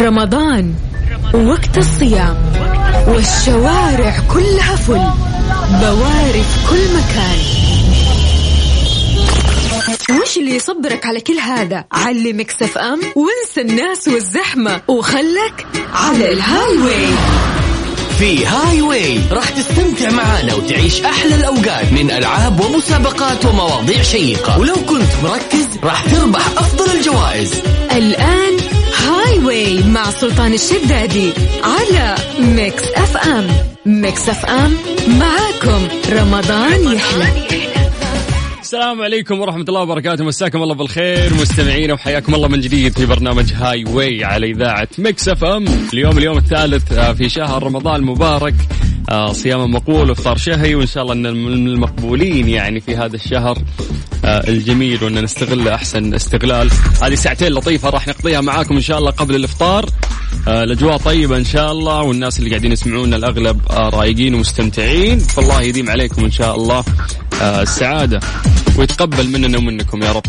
رمضان وقت الصيام والشوارع كلها فل بوارد كل مكان وش اللي يصبرك على كل هذا علمك اف ام وانسى الناس والزحمة وخلك على الهاي واي في هاي واي راح تستمتع معانا وتعيش احلى الاوقات من العاب ومسابقات ومواضيع شيقه ولو كنت مركز راح تربح افضل الجوائز الآن هاي واي مع سلطان الشدادي على ميكس اف ام ميكس اف ام معاكم رمضان يحلى السلام عليكم ورحمة الله وبركاته مساكم الله بالخير مستمعينا وحياكم الله من جديد في برنامج هاي واي على إذاعة مكس اف ام اليوم اليوم الثالث آه، في شهر رمضان المبارك آه، صيام مقبول وافطار شهي وان شاء الله ان الم- من المقبولين يعني في هذا الشهر آه، الجميل وان نستغله احسن استغلال هذه ساعتين لطيفه راح نقضيها معاكم ان شاء الله قبل الافطار آه، الاجواء طيبه ان شاء الله والناس اللي قاعدين يسمعونا الاغلب آه، رايقين ومستمتعين فالله يديم عليكم ان شاء الله آه، السعاده ويتقبل مننا ومنكم يا رب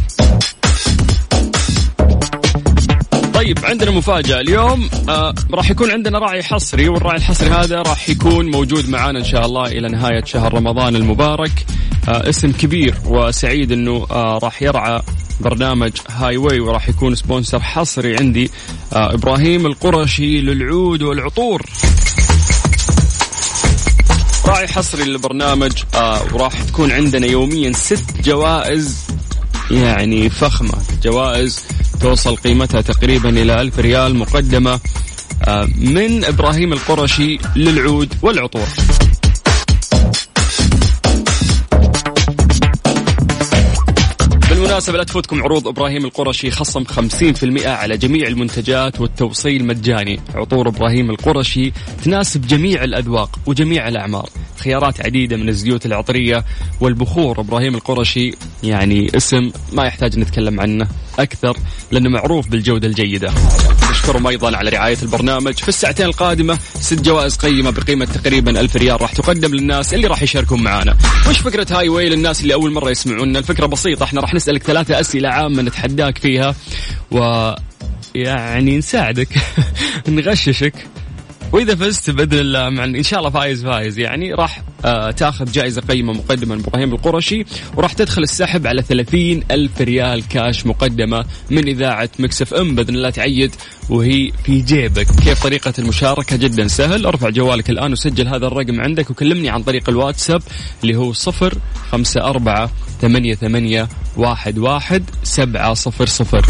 طيب عندنا مفاجأة اليوم آه راح يكون عندنا راعي حصري والراعي الحصري هذا راح يكون موجود معانا إن شاء الله إلى نهاية شهر رمضان المبارك آه اسم كبير وسعيد أنه آه راح يرعى برنامج هاي واي وراح يكون سبونسر حصري عندي آه إبراهيم القرشي للعود والعطور راعي حصري للبرنامج آه وراح تكون عندنا يوميا ست جوائز يعني فخمة جوائز توصل قيمتها تقريبا إلى ألف ريال مقدمة آه من إبراهيم القرشي للعود والعطور بالمناسبة لا تفوتكم عروض إبراهيم القرشي خصم 50% على جميع المنتجات والتوصيل مجاني عطور إبراهيم القرشي تناسب جميع الأذواق وجميع الأعمار خيارات عديدة من الزيوت العطرية والبخور إبراهيم القرشي يعني اسم ما يحتاج نتكلم عنه أكثر لأنه معروف بالجودة الجيدة نشكرهم أيضا على رعاية البرنامج في الساعتين القادمة ست جوائز قيمة بقيمة تقريبا ألف ريال راح تقدم للناس اللي راح يشاركون معنا وش فكرة هاي واي للناس اللي أول مرة يسمعونا الفكرة بسيطة احنا راح نسألك ثلاثة أسئلة عامة نتحداك فيها و يعني نساعدك نغششك واذا فزت باذن الله مع ان شاء الله فايز فايز يعني راح آه، تاخذ جائزه قيمه مقدمه من ابراهيم القرشي وراح تدخل السحب على 30 الف ريال كاش مقدمه من اذاعه مكسف ام باذن الله تعيد وهي في جيبك كيف طريقه المشاركه جدا سهل ارفع جوالك الان وسجل هذا الرقم عندك وكلمني عن طريق الواتساب اللي هو 0 5 4 8 8 1 1 7 0 0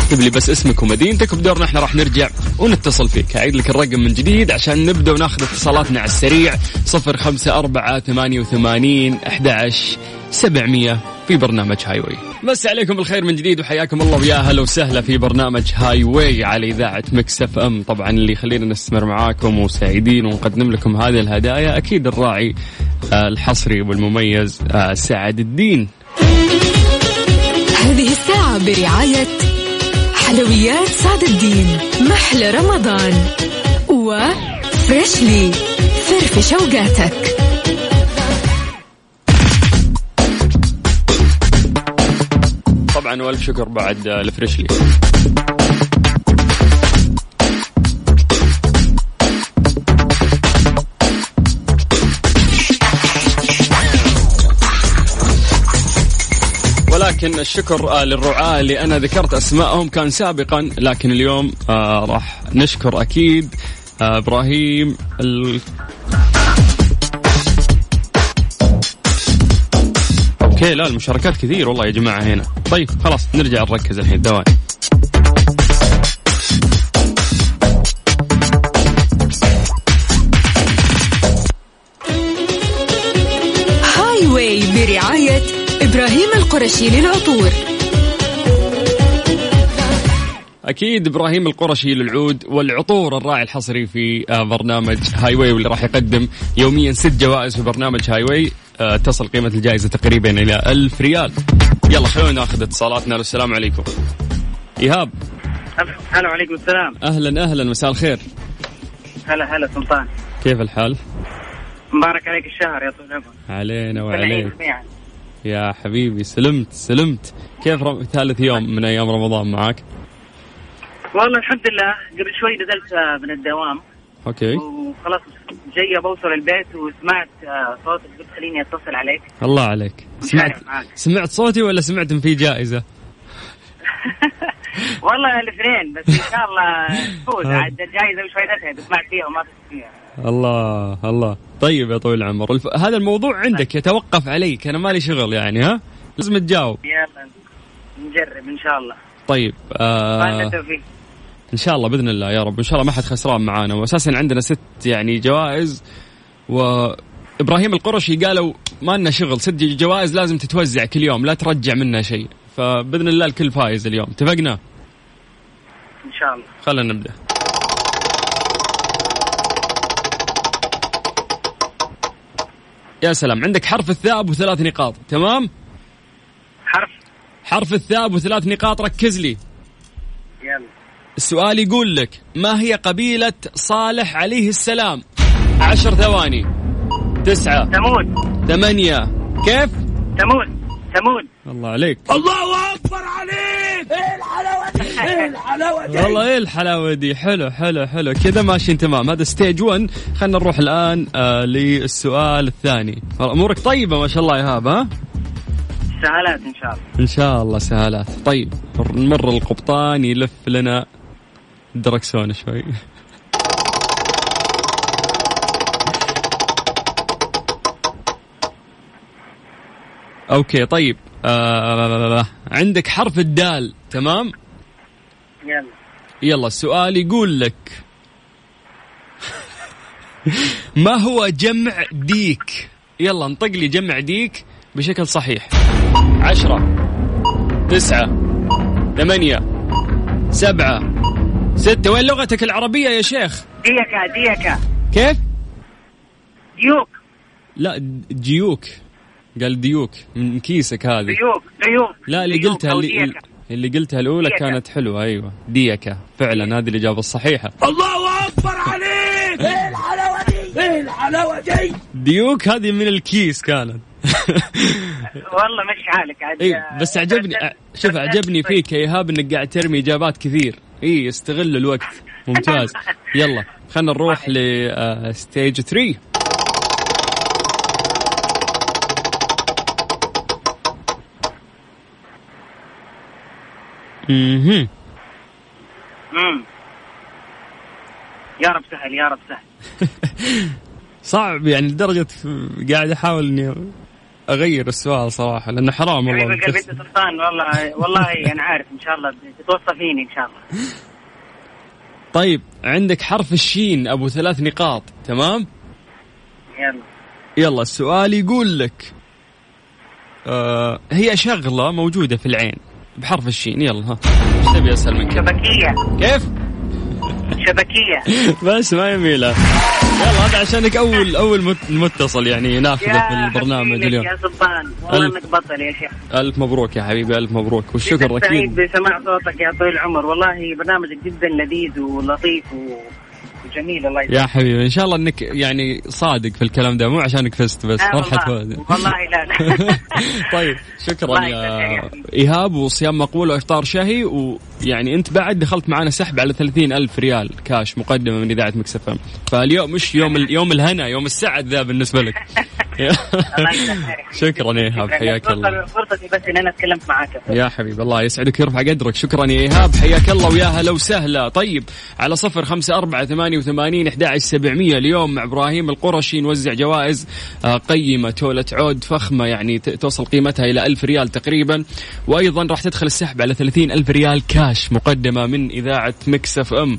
اكتب لي بس اسمك ومدينتك وبدورنا احنا راح نرجع ونتصل فيك اعيد لك الرقم من جديد عشان نبدا وناخذ اتصالاتنا على السريع 054 88 11 700 في برنامج هاي واي مس عليكم بالخير من جديد وحياكم الله ويا هلا وسهلا في برنامج هاي واي على اذاعه مكس اف ام طبعا اللي يخلينا نستمر معاكم وسعيدين ونقدم لكم هذه الهدايا اكيد الراعي آه، الحصري والمميز آه، سعد الدين هذه الساعة برعاية حلويات سعد الدين محلى رمضان وفريشلي فرفش اوقاتك طبعا والف شكر بعد آه، لفريشلي ولكن الشكر آه، للرعاة اللي انا ذكرت اسمائهم كان سابقا لكن اليوم آه، راح نشكر اكيد آه، ابراهيم ال... اوكي لا المشاركات كثير والله يا جماعه هنا طيب خلاص نرجع نركز الحين دوام هاي واي برعاية ابراهيم القرشي للعطور اكيد ابراهيم القرشي للعود والعطور الراعي الحصري في آه، برنامج هاي واي واللي راح يقدم يوميا ست جوائز في برنامج هاي واي آه، تصل قيمه الجائزه تقريبا الى ألف ريال يلا خلونا ناخذ اتصالاتنا السلام عليكم ايهاب هلا وعليكم السلام اهلا اهلا مساء الخير هلا هلا سلطان كيف الحال مبارك عليك الشهر يا طويل العمر علينا والعين وعليك جميعا يا حبيبي سلمت سلمت كيف رم... ثالث يوم من ايام رمضان معك والله الحمد لله قبل شوي نزلت آه، من الدوام اوكي وخلاص جاي بوصل البيت وسمعت آه، صوتك قلت خليني اتصل عليك الله عليك سمعت عارف معك. سمعت صوتي ولا سمعت ان في جائزه والله الاثنين بس ان شاء الله تفوز عاد الجائزه وش فائدتها اذا سمعت فيها وما فزت فيها الله الله طيب يا طويل العمر الف... هذا الموضوع عندك يتوقف عليك انا مالي شغل يعني ها لازم تجاوب يلا نجرب ان شاء الله طيب آه. آه... ان شاء الله باذن الله يا رب ان شاء الله ما حد خسران معانا واساسا عندنا ست يعني جوائز و ابراهيم القرشي قالوا ما لنا شغل ست جوائز لازم تتوزع كل يوم لا ترجع منها شيء فباذن الله الكل فايز اليوم اتفقنا ان شاء الله خلينا نبدا يا سلام عندك حرف الثاء وثلاث نقاط تمام حرف حرف الثاء وثلاث نقاط ركز لي يلا السؤال يقول لك ما هي قبيلة صالح عليه السلام عشر ثواني تسعة ثمود ثمانية كيف ثمود ثمود الله عليك الله إيه اكبر عليك يعني- ايه الحلاوه دي ايه الحلاوه دي والله ايه الحلاوه دي حلو حلو حلو كذا ماشيين تمام هذا ستيج 1 خلينا نروح الان آه للسؤال الثاني امورك طيبه ما شاء الله يا هاب ها سهلات ان شاء الله ان شاء الله سهالات طيب نمر القبطان يلف لنا دركسون شوي اوكي طيب آه عندك حرف الدال تمام يلا يلا السؤال يقول لك ما هو جمع ديك يلا انطق لي جمع ديك بشكل صحيح عشرة تسعة ثمانية سبعة ستة وين لغتك العربية يا شيخ ديكا ديكا كيف ديوك لا ديوك قال ديوك من كيسك هذه ديوك ديوك لا اللي ديوك قلتها أو اللي, ديكا. اللي قلتها الاولى ديكة. كانت حلوه ايوه ديكه فعلا هذه الاجابه الصحيحه الله إيه اكبر إيه عليك ايه الحلاوه دي ايه الحلاوه دي ديوك هذه من الكيس كانت والله مش حالك عاد اي بس عجبني شوف عجبني فيك يا ايهاب انك قاعد ترمي اجابات كثير اي استغل الوقت ممتاز يلا خلينا نروح آه، لستيج 3 اها مم. يا رب سهل يا رب سهل صعب يعني لدرجة قاعد أحاول إني أغير السؤال صراحة لأنه حرام حبيب والله القلب انت سلطان والله والله انا عارف ان شاء الله تتوصى فيني ان شاء الله طيب عندك حرف الشين أبو ثلاث نقاط تمام يلا يلا السؤال يقول لك آه هي شغلة موجودة في العين بحرف الشين يلا ها ايش تبي اسهل من كذا شبكيه كيف؟ شبكيه بس ما يميلها يلا هذا عشانك اول اول مت- متصل يعني ناخذه في البرنامج حبيبي اليوم يا سلطان والله ألف. انك بطل يا شيخ الف مبروك يا حبيبي الف مبروك والشكر جداً اكيد سعيد بسماع صوتك يا طويل العمر والله برنامجك جدا لذيذ ولطيف و... وجميل الله يسلمك يا حبيبي ان شاء الله انك يعني صادق في الكلام ده مو عشانك فزت بس آه فرحه فوز والله. والله لا لا طيب شكرا الله يا يسعدك يا ايهاب وصيام مقبول وافطار شهي ويعني انت بعد دخلت معنا سحب على 30 الف ريال كاش مقدمه من اذاعه مكس اف ام فاليوم مش يوم ال- يوم الهنا يوم السعد ذا بالنسبه لك الله يسلمك. شكرا يا ايهاب شكراً. حياك الله يعني فرصتي بس ان انا اتكلمت معاك يا حبيبي الله يسعدك ويرفع قدرك شكرا يا ايهاب حياك الله ويا هلا وسهلا طيب على صفر خمسة أربعة ثمانية وثمانين أحد سبعمية اليوم مع إبراهيم القرشي نوزع جوائز آه، قيمة تولة عود فخمة يعني ت- توصل قيمتها إلى ألف ريال تقريبا وأيضا راح تدخل السحب على ثلاثين ألف ريال كاش مقدمة من إذاعة مكسف أم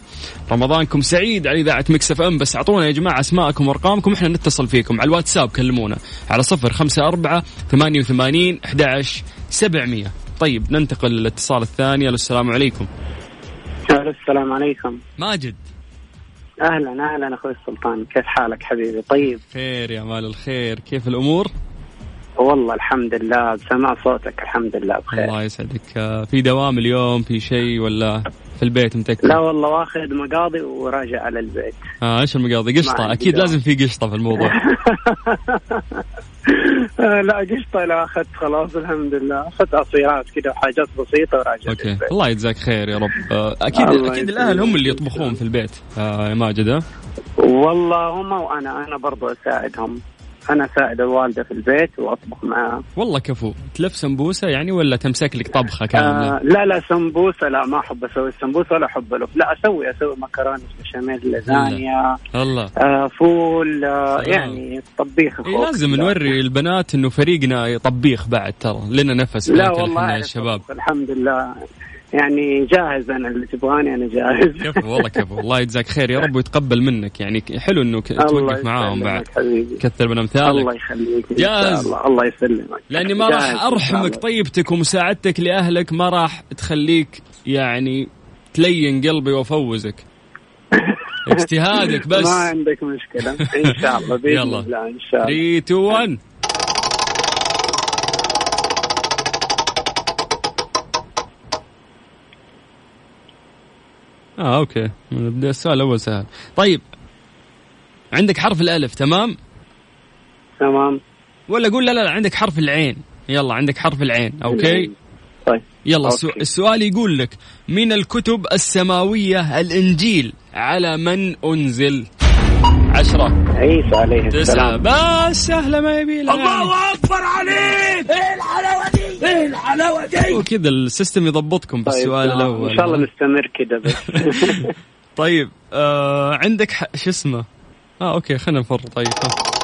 رمضانكم سعيد على إذاعة مكسف أم بس أعطونا يا جماعة أسماءكم وأرقامكم إحنا نتصل فيكم على الواتساب كلمونا على صفر خمسة أربعة ثمانية وثمانين أحد سبعمية طيب ننتقل للاتصال الثاني ألو، السلام عليكم أهلا السلام عليكم ماجد أهلا أهلا أخوي السلطان كيف حالك حبيبي طيب خير يا مال الخير كيف الأمور والله الحمد لله بسمع صوتك الحمد لله بخير الله يسعدك آه، في دوام اليوم في شيء ولا في البيت متكل لا والله واخذ مقاضي وراجع على البيت آه ايش المقاضي ما قشطه عندي اكيد دوام. لازم في قشطه في الموضوع آه لا قشطه لا اخذت خلاص الحمد لله اخذت عصيرات كذا وحاجات بسيطه وراجع اوكي الله يجزاك خير يا رب آه، اكيد الله اكيد يسلمك. الاهل هم اللي يطبخون في البيت آه، يا ماجد ها؟ والله هم وانا انا برضو اساعدهم انا اساعد الوالده في البيت واطبخ معاها والله كفو تلف سمبوسه يعني ولا تمسك لك طبخه كامله آه لا لا سمبوسه لا ما احب اسوي السمبوسه ولا احب الف لا اسوي اسوي مكرونه بشاميل لازانيا الله آه فول آه سلام. يعني طبيخ إيه لازم نوري البنات انه فريقنا طبيخ بعد ترى لنا نفس لا بناتنا والله إحنا أعرف الشباب أطبخ، الحمد لله يعني جاهز انا اللي تبغاني انا جاهز كفو والله كفو الله يجزاك خير يا رب ويتقبل منك يعني ك- حلو انه ك- توقف معاهم يسلمك بعد حبيبي كثر من امثالك الله يخليك إن جاهز. شاء الله الله يسلمك لاني ما جاهز إن راح شاء ارحمك الله. طيب، طيبتك ومساعدتك لاهلك ما راح تخليك يعني تلين قلبي وافوزك اجتهادك بس ما عندك مشكله ان شاء الله باذن يلا. الله ان شاء الله 3 2 1 اه اوكي نبدا السؤال الاول سهل طيب عندك حرف الالف تمام تمام ولا اقول لا لا لا، عندك حرف العين يلا عندك حرف العين اوكي طيب يلا أوكي. السو- السؤال يقول لك من الكتب السماوية الإنجيل على من أنزل عشرة عيسى عليه تسعة السلام بس سهلة ما يبي الله أكبر عليك إيه الحلاوة دي إيه الحلاوة دي وكذا السيستم يضبطكم طيب، بالسؤال تمام. الأول ان شاء الله نستمر كذا بس طيب آه عندك ح... شو اسمه اه اوكي خلينا نفر طيب ها.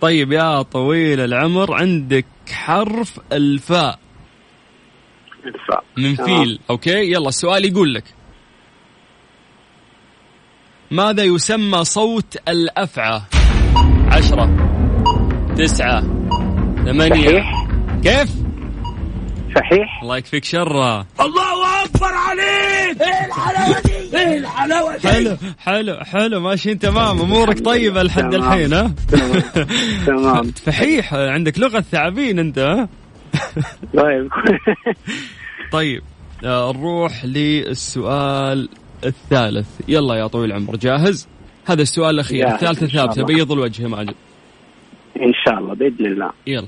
طيب يا طويل العمر عندك حرف الفاء الفاء. من تمام. فيل اوكي يلا السؤال يقول لك ماذا يسمى صوت الأفعى عشرة تسعة ثمانية صحيح كيف صحيح الله يكفيك شره الله اكبر عليك ايه الحلاوه دي إيه ايه الحلاوه دي حلو حلو حلو ماشيين تمام امورك طيبه لحد تمام. الحين ها تمام. تمام فحيح عندك لغه ثعابين انت ها طيب طيب آه، نروح للسؤال الثالث يلا يا طويل العمر جاهز هذا السؤال الاخير جاهز الثالثه إن شاء ثابته الله. بيض الوجه يا ماجد ان شاء الله باذن الله يلا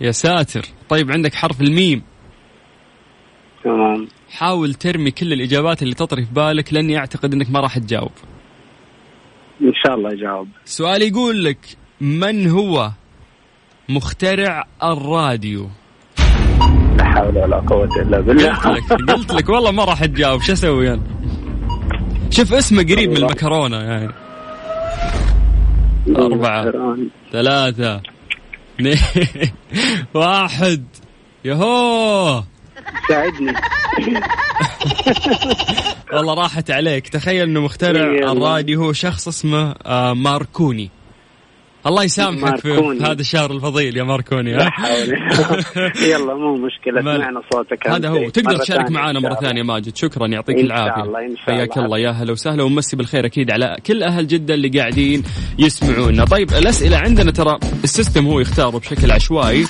يا ساتر طيب عندك حرف الميم تمام حاول ترمي كل الاجابات اللي تطري في بالك لاني اعتقد انك ما راح تجاوب. ان شاء الله اجاوب سؤال يقول لك من هو مخترع الراديو؟ لا حول ولا قوه الا بالله قلت لك قلت لك والله ما راح تجاوب شو اسوي انا؟ شوف اسمه قريب من المكرونه يعني أربعة. ثلاثة اثنين واحد يهو ساعدني والله راحت عليك تخيل انه مخترع يلا. الراديو هو شخص اسمه آه، ماركوني الله يسامحك في ماركوني. في هذا الشهر الفضيل يا ماركوني ها؟ لا حول يلا مو مشكله مال. سمعنا صوتك هذا أنت. هو تقدر مرة تشارك ثانية معنا إن مره شاء ثانيه ماجد شكرا يعطيك إن شاء العافيه الله، إن شاء حياك الله. الله يا هلا وسهلا ومسي بالخير اكيد على كل اهل جده اللي قاعدين يسمعونا طيب الاسئله عندنا ترى السيستم هو يختاره بشكل عشوائي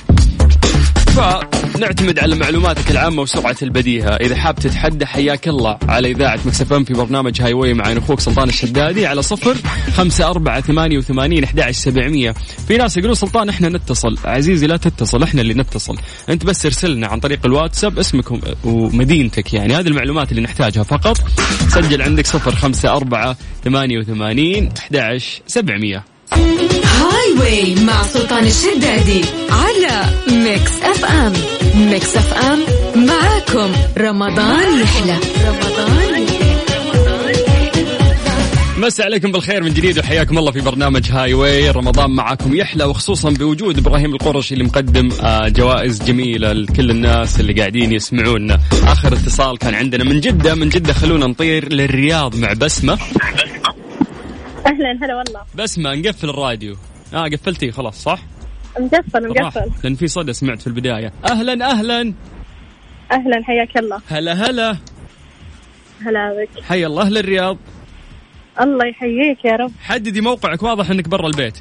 فنعتمد على معلوماتك العامة وسرعة البديهة إذا حاب تتحدى حياك الله على إذاعة مكسفم في برنامج هاي واي مع أنا أخوك سلطان الشدادي على صفر خمسة أربعة ثمانية وثمانين أحد سبعمية في ناس يقولون سلطان إحنا نتصل عزيزي لا تتصل إحنا اللي نتصل أنت بس ارسلنا عن طريق الواتساب اسمك وم- ومدينتك يعني هذه المعلومات اللي نحتاجها فقط سجل عندك صفر خمسة أربعة ثمانية وثمانين أحد سبعمية هاي واي مع سلطان الشدادي على ميكس اف ام ميكس اف ام معاكم رمضان يحلى رمضان يحلى مسا عليكم بالخير من جديد وحياكم الله في برنامج هاي واي رمضان معاكم يحلى وخصوصا بوجود ابراهيم القرشي اللي مقدم آه، جوائز جميله لكل الناس اللي قاعدين يسمعونا اخر اتصال كان عندنا من جده من جده خلونا نطير للرياض مع بسمه اهلا هلا والله بسمه نقفل الراديو اه قفلتيه خلاص صح مقفل راح مقفل لان في صدى سمعت في البدايه اهلا اهلا اهلا حياك الله هلا هلا هلا بك حيا الله اهل الرياض الله يحييك يا رب حددي موقعك واضح انك برا البيت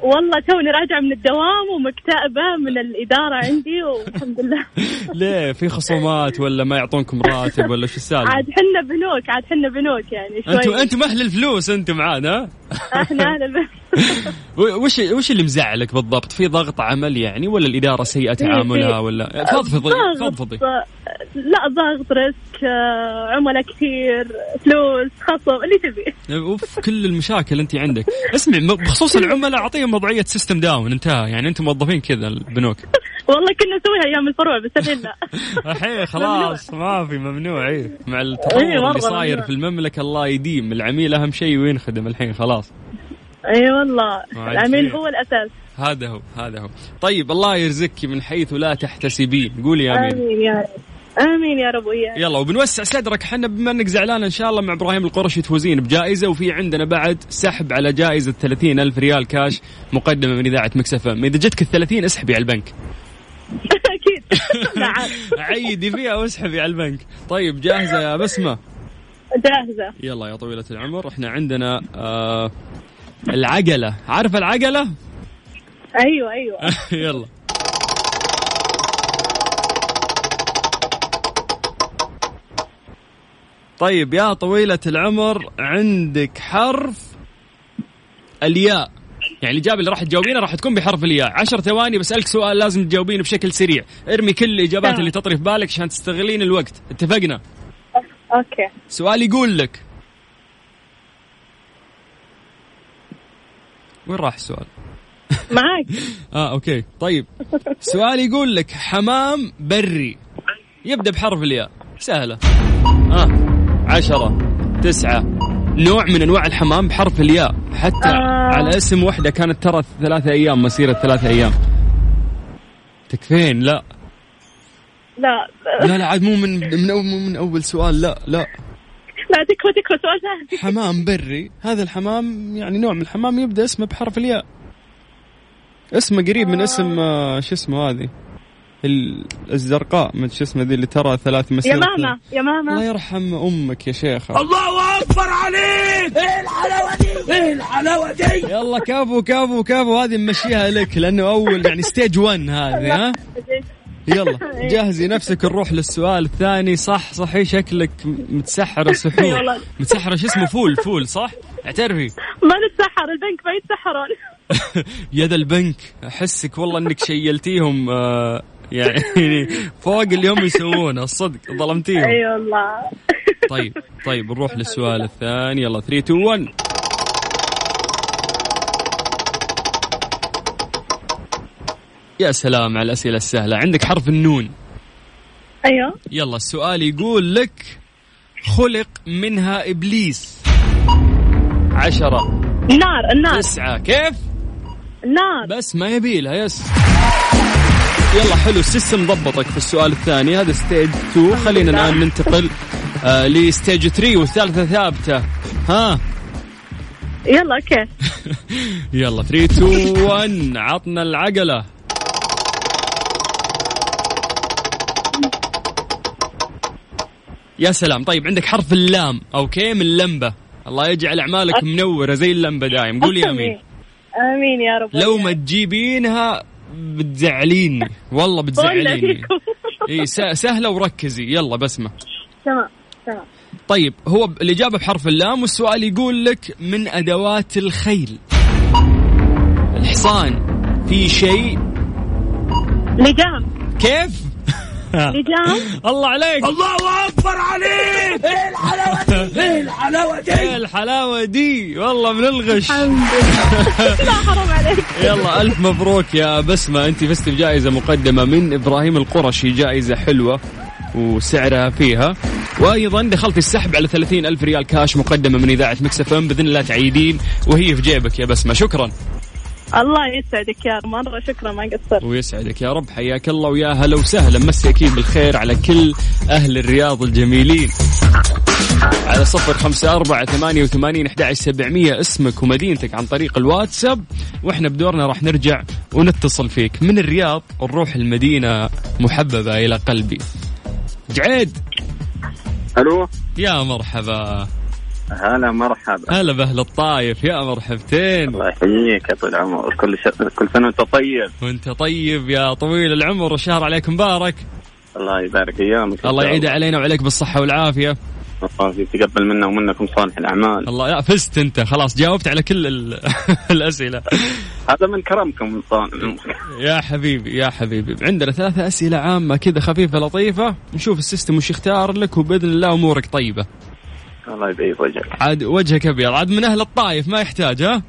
والله توني راجعة من الدوام ومكتئبة من الإدارة عندي والحمد لله ليه في خصومات ولا ما يعطونكم راتب ولا شو السالفه؟ عاد حنا بنوك عاد حنا بنوك يعني انتم شوي انتم اهل الفلوس انتم عاد ها؟ احنا أهل البيت و- وش وش اللي مزعلك بالضبط؟ في ضغط عمل يعني ولا الاداره سيئه تعاملها ولا فضفضي آه، ضغط- فضفضي لا ضغط رزق آه، عملاء كثير فلوس خصم اللي تبي اوف كل المشاكل انت عندك اسمع م- بخصوص إيه. العملاء اعطيهم وضعيه سيستم داون انتهى يعني انتم موظفين كذا البنوك والله كنا نسويها ايام الفروع بس الحين لا الحين خلاص ما في ممنوع ايه مع إيه، التطور مرة اللي صاير ممنوع. في المملكه الله يديم العميل اهم شيء وينخدم الحين خلاص اي والله وعاد العميل فيه. هو الاساس هذا هو هذا هو طيب الله يرزقك من حيث لا تحتسبين قولي امين امين يا رب امين يا رب وياك يلا وبنوسع صدرك حنا بما انك زعلان ان شاء الله مع ابراهيم القرشي تفوزين بجائزه وفي عندنا بعد سحب على جائزه 30 الف ريال كاش مقدمه من اذاعه مكسفه اذا جتك ال 30 اسحبي على البنك اكيد لا عاد. عيدي فيها واسحبي على البنك طيب جاهزه يا بسمه جاهزه يلا يا طويلة العمر احنا عندنا آه العجلة عارف العجلة ايوه ايوه يلا طيب يا طويلة العمر عندك حرف الياء يعني الإجابة اللي راح تجاوبينها راح تكون بحرف الياء عشر ثواني بسألك سؤال لازم تجاوبينه بشكل سريع ارمي كل الإجابات تمام. اللي تطري في بالك عشان تستغلين الوقت اتفقنا اوكي سؤال يقول لك وين راح السؤال؟ معاك اه اوكي طيب سؤال يقول لك حمام بري يبدا بحرف الياء سهله اه عشرة تسعة نوع من انواع الحمام بحرف الياء حتى آه. على اسم وحده كانت ترى ثلاثة ايام مسيرة ثلاثة ايام تكفين لا لا لا لا عاد مو من من, أول- مو من اول سؤال لا لا لا تكفى تكفى سؤال ثاني حمام بري هذا الحمام يعني نوع من الحمام يبدا اسمه بحرف الياء اسمه قريب من اسم آه، شو اسمه هذه ال- الزرقاء ما شو اسمه ذي اللي ترى ثلاث مسيرة يا ماما يا الله ماما يرحم امك يا شيخه الله اكبر عليك ايه الحلاوه دي إيه ايه الحلاوه دي يلا كفو كفو كفو هذه نمشيها لك لانه اول يعني ستيج 1 هذه ها يلا جهزي نفسك نروح للسؤال الثاني صح صحي شكلك متسحره إي سحور والله. متسحره شو اسمه فول فول صح اعترفي ما نتسحر البنك ما يتسحرون يا ذا البنك احسك والله انك شيلتيهم آه، يعني فوق اللي هم يسوونه الصدق ظلمتيهم اي والله طيب طيب نروح للسؤال الثاني يلا 3 2 1 يا سلام على الاسئله السهله عندك حرف النون ايوه يلا السؤال يقول لك خلق منها ابليس عشرة النار النار تسعة كيف النار بس ما يبيلها يس يلا حلو السيستم ضبطك في السؤال الثاني هذا ستيج 2 خلينا لله. الان ننتقل آه لستيج 3 والثالثه ثابته ها يلا اوكي يلا 3 2 1 عطنا العقله يا سلام طيب عندك حرف اللام اوكي من لمبه الله يجعل اعمالك منوره زي اللمبه دايم قولي امين امين يا رب لو ما تجيبينها بتزعليني والله ولا بتزعليني فيكم اي س- سهله وركزي يلا بسمه تمام تمام طيب هو ب- الاجابه بحرف اللام والسؤال يقول لك من ادوات الخيل الحصان في شيء لجام كيف لجام الله عليك الله اكبر عليك ايه الحلاوه دي ايه الحلاوه دي إيه الحلاوه دي والله من الغش لا حرام عليك يلا الف مبروك يا بسمه انت فزت بجائزه مقدمه من ابراهيم القرشي جائزه حلوه وسعرها فيها وايضا دخلت السحب على 30 الف ريال كاش مقدمه من اذاعه مكسف ام باذن الله تعيدين وهي في جيبك يا بسمه شكرا الله يسعدك يا رب مره شكرا ما قصرت ويسعدك يا رب حياك الله ويا هلا وسهلا مسي اكيد بالخير على كل اهل الرياض الجميلين على صفر خمسة أربعة ثمانية وثمانين أحد سبعمية اسمك ومدينتك عن طريق الواتساب وإحنا بدورنا راح نرجع ونتصل فيك من الرياض نروح المدينة محببة إلى قلبي جعيد الو يا مرحبا هلا مرحبا هلا باهل الطايف يا مرحبتين الله يحييك يا طيب. طويل العمر كل ش... كل سنه وانت طيب وانت طيب يا طويل العمر والشهر عليك مبارك الله يبارك ايامك الله يعيد علينا وعليك بالصحة والعافية الله يتقبل منا ومنكم صالح الاعمال الله لا فزت انت خلاص جاوبت على كل ال... الأسئلة هذا من كرمكم صالح يا حبيبي يا حبيبي عندنا ثلاثة أسئلة عامة كذا خفيفة لطيفة نشوف السيستم وش يختار لك وبإذن الله أمورك طيبة الله يبيض وجهك عاد وجهك أبيض عاد من أهل الطايف ما يحتاج ها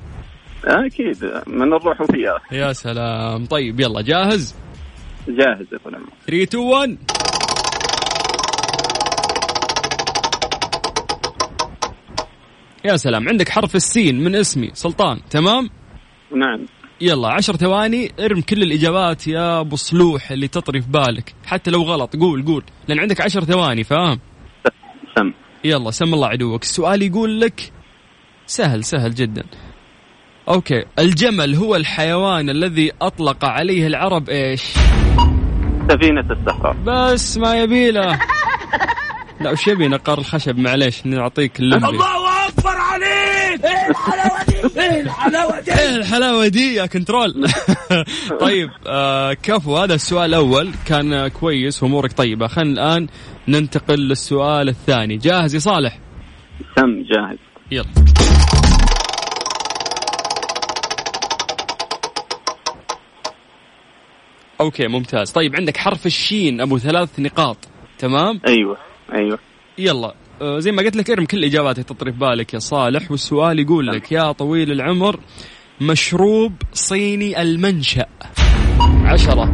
اكيد من الروح وفيها يا سلام طيب يلا جاهز جاهز يا طويل العمر 3 2 1 يا سلام عندك حرف السين من اسمي سلطان تمام نعم يلا عشر ثواني ارم كل الإجابات يا أبو صلوح اللي تطري في بالك حتى لو غلط قول قول لأن عندك عشر ثواني فاهم سم يلا سم الله عدوك السؤال يقول لك سهل سهل جدا أوكي الجمل هو الحيوان الذي أطلق عليه العرب إيش سفينه الصحراء بس ما يبيله لا وش يبي نقار الخشب معليش نعطيك اللمبي الله اكبر عليك ايه الحلاوه دي ايه الحلاوه دي ايه الحلاوه دي يا كنترول طيب آه كفو هذا السؤال الاول كان آه، كويس وامورك طيبه خلينا الان ننتقل للسؤال الثاني جاهز يا صالح سم جاهز يلا اوكي ممتاز طيب عندك حرف الشين ابو ثلاث نقاط تمام ايوه ايوه يلا آه، زي ما قلت لك ارم كل اجاباتك تطري في بالك يا صالح والسؤال يقول لك نعم. يا طويل العمر مشروب صيني المنشأ عشرة